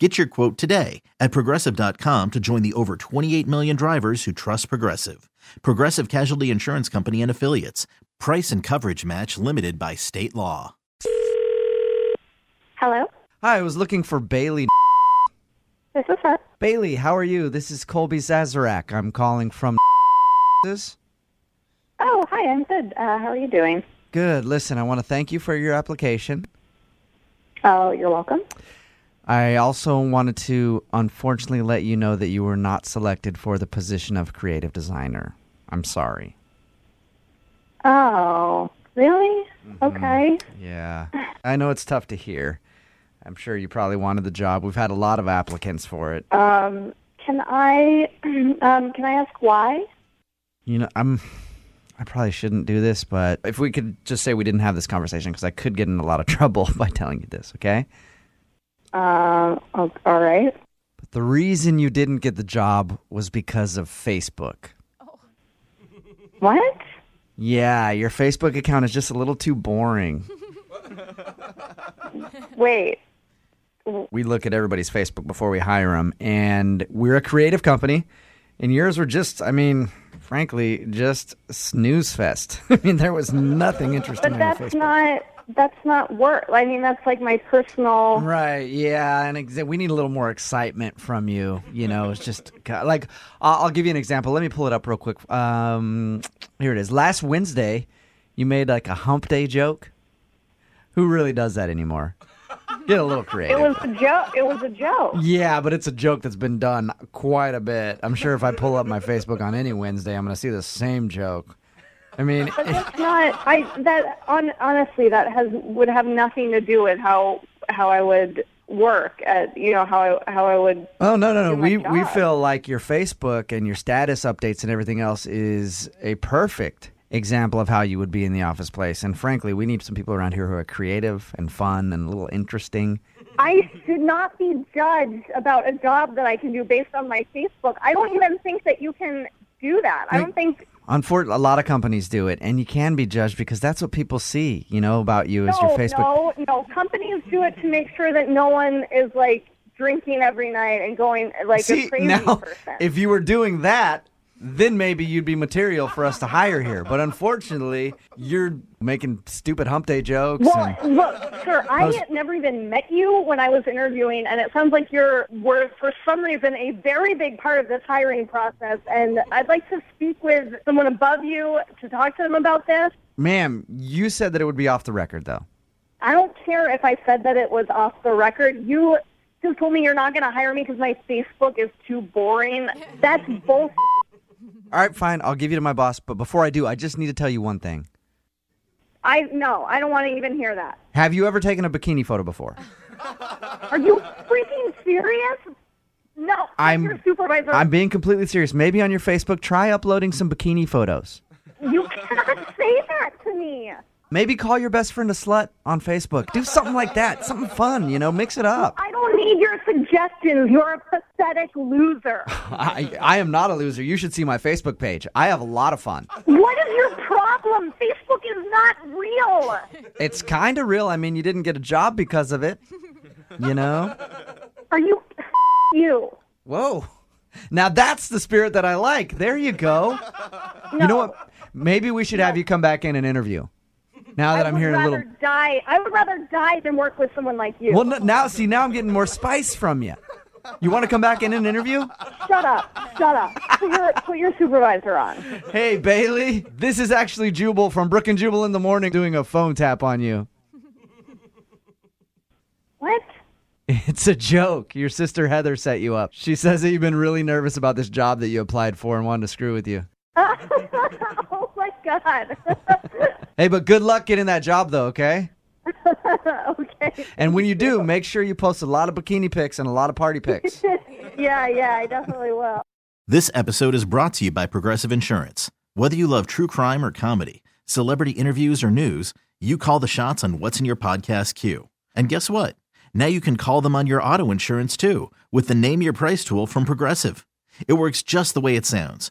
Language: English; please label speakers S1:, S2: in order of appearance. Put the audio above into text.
S1: Get your quote today at progressive.com to join the over 28 million drivers who trust Progressive. Progressive Casualty Insurance Company and Affiliates. Price and coverage match limited by state law.
S2: Hello,
S3: Hi, I was looking for Bailey.
S2: this is her.
S3: Bailey, how are you? This is Colby Zazarak. I'm calling from. This
S2: Oh, hi, I'm good. Uh, how are you doing?
S3: good. Listen, I want to thank you for your application.
S2: Oh, you're welcome.
S3: I also wanted to, unfortunately, let you know that you were not selected for the position of creative designer. I'm sorry.
S2: Oh, really?
S3: Mm-hmm.
S2: Okay.
S3: Yeah, I know it's tough to hear. I'm sure you probably wanted the job. We've had a lot of applicants for it.
S2: Um, can I um, can I ask why?
S3: You know, I'm. I probably shouldn't do this, but if we could just say we didn't have this conversation, because I could get in a lot of trouble by telling you this. Okay.
S2: Uh, oh, all right.
S3: The reason you didn't get the job was because of Facebook.
S2: What?
S3: Yeah, your Facebook account is just a little too boring.
S2: Wait.
S3: We look at everybody's Facebook before we hire them, and we're a creative company, and yours were just, I mean, frankly, just snooze fest. I mean, there was nothing interesting
S2: But
S3: on your
S2: that's
S3: Facebook.
S2: not that's not work. I mean, that's like my personal.
S3: Right, yeah, and exa- we need a little more excitement from you. You know, it's just God, like I'll, I'll give you an example. Let me pull it up real quick. Um, here it is. Last Wednesday, you made like a hump day joke. Who really does that anymore? Get a little creative.
S2: It was a joke. It was a joke.
S3: yeah, but it's a joke that's been done quite a bit. I'm sure if I pull up my Facebook on any Wednesday, I'm going to see the same joke. I mean,
S2: It's not. I that on honestly that has would have nothing to do with how how I would work at you know how I how I would
S3: Oh no no no!
S2: my
S3: We we
S2: job.
S3: feel like your Facebook and your status updates and everything else is a perfect example of how you would be in the office place. And frankly, we need some people around here who are creative and fun and a little interesting.
S2: I should not be judged about a job that I can do based on my Facebook. I don't even think that you can do that. I don't think.
S3: Unfortunately, a lot of companies do it, and you can be judged because that's what people see, you know, about you as
S2: No,
S3: your Facebook.
S2: no, no. Companies do it to make sure that no one is like drinking every night and going like
S3: See
S2: a crazy
S3: now,
S2: person.
S3: if you were doing that. Then maybe you'd be material for us to hire here, but unfortunately, you're making stupid hump day jokes.
S2: well,
S3: and-
S2: look, sir, I
S3: Those-
S2: had never even met you when I was interviewing, and it sounds like you're were for some reason a very big part of this hiring process. And I'd like to speak with someone above you to talk to them about this.
S3: Ma'am, you said that it would be off the record, though.
S2: I don't care if I said that it was off the record. You just told me you're not going to hire me because my Facebook is too boring. That's both.
S3: All right, fine. I'll give you to my boss. But before I do, I just need to tell you one thing.
S2: I no, I don't want to even hear that.
S3: Have you ever taken a bikini photo before?
S2: Are you freaking serious? No, that's
S3: I'm-
S2: your supervisor.
S3: I'm being completely serious. Maybe on your Facebook, try uploading some bikini photos.
S2: you cannot say that to me.
S3: Maybe call your best friend a slut on Facebook. Do something like that. Something fun, you know, mix it up.
S2: I don't need your suggestions. You're a pathetic loser.
S3: I, I am not a loser. You should see my Facebook page. I have a lot of fun.
S2: what is your problem? Facebook is not real.
S3: It's kind of real. I mean, you didn't get a job because of it, you know?
S2: Are you you?
S3: Whoa. Now that's the spirit that I like. There you go. You know what? Maybe we should have you come back in and interview. Now that
S2: I
S3: I'm
S2: would
S3: hearing a
S2: rather
S3: little.
S2: die. I would rather die than work with someone like you.
S3: Well, n- now see, now I'm getting more spice from you. You want to come back in and interview?
S2: Shut up. Shut up. Put your, put your supervisor on.
S3: Hey, Bailey, this is actually Jubal from Brook and Jubal in the Morning doing a phone tap on you.
S2: What?
S3: It's a joke. Your sister Heather set you up. She says that you've been really nervous about this job that you applied for and wanted to screw with you.
S2: Oh my God.
S3: Hey, but good luck getting that job though, okay?
S2: okay.
S3: And when you do, make sure you post a lot of bikini pics and a lot of party pics.
S2: Yeah, yeah, I definitely will.
S1: This episode is brought to you by Progressive Insurance. Whether you love true crime or comedy, celebrity interviews, or news, you call the shots on what's in your podcast queue. And guess what? Now you can call them on your auto insurance too with the Name Your Price tool from Progressive. It works just the way it sounds.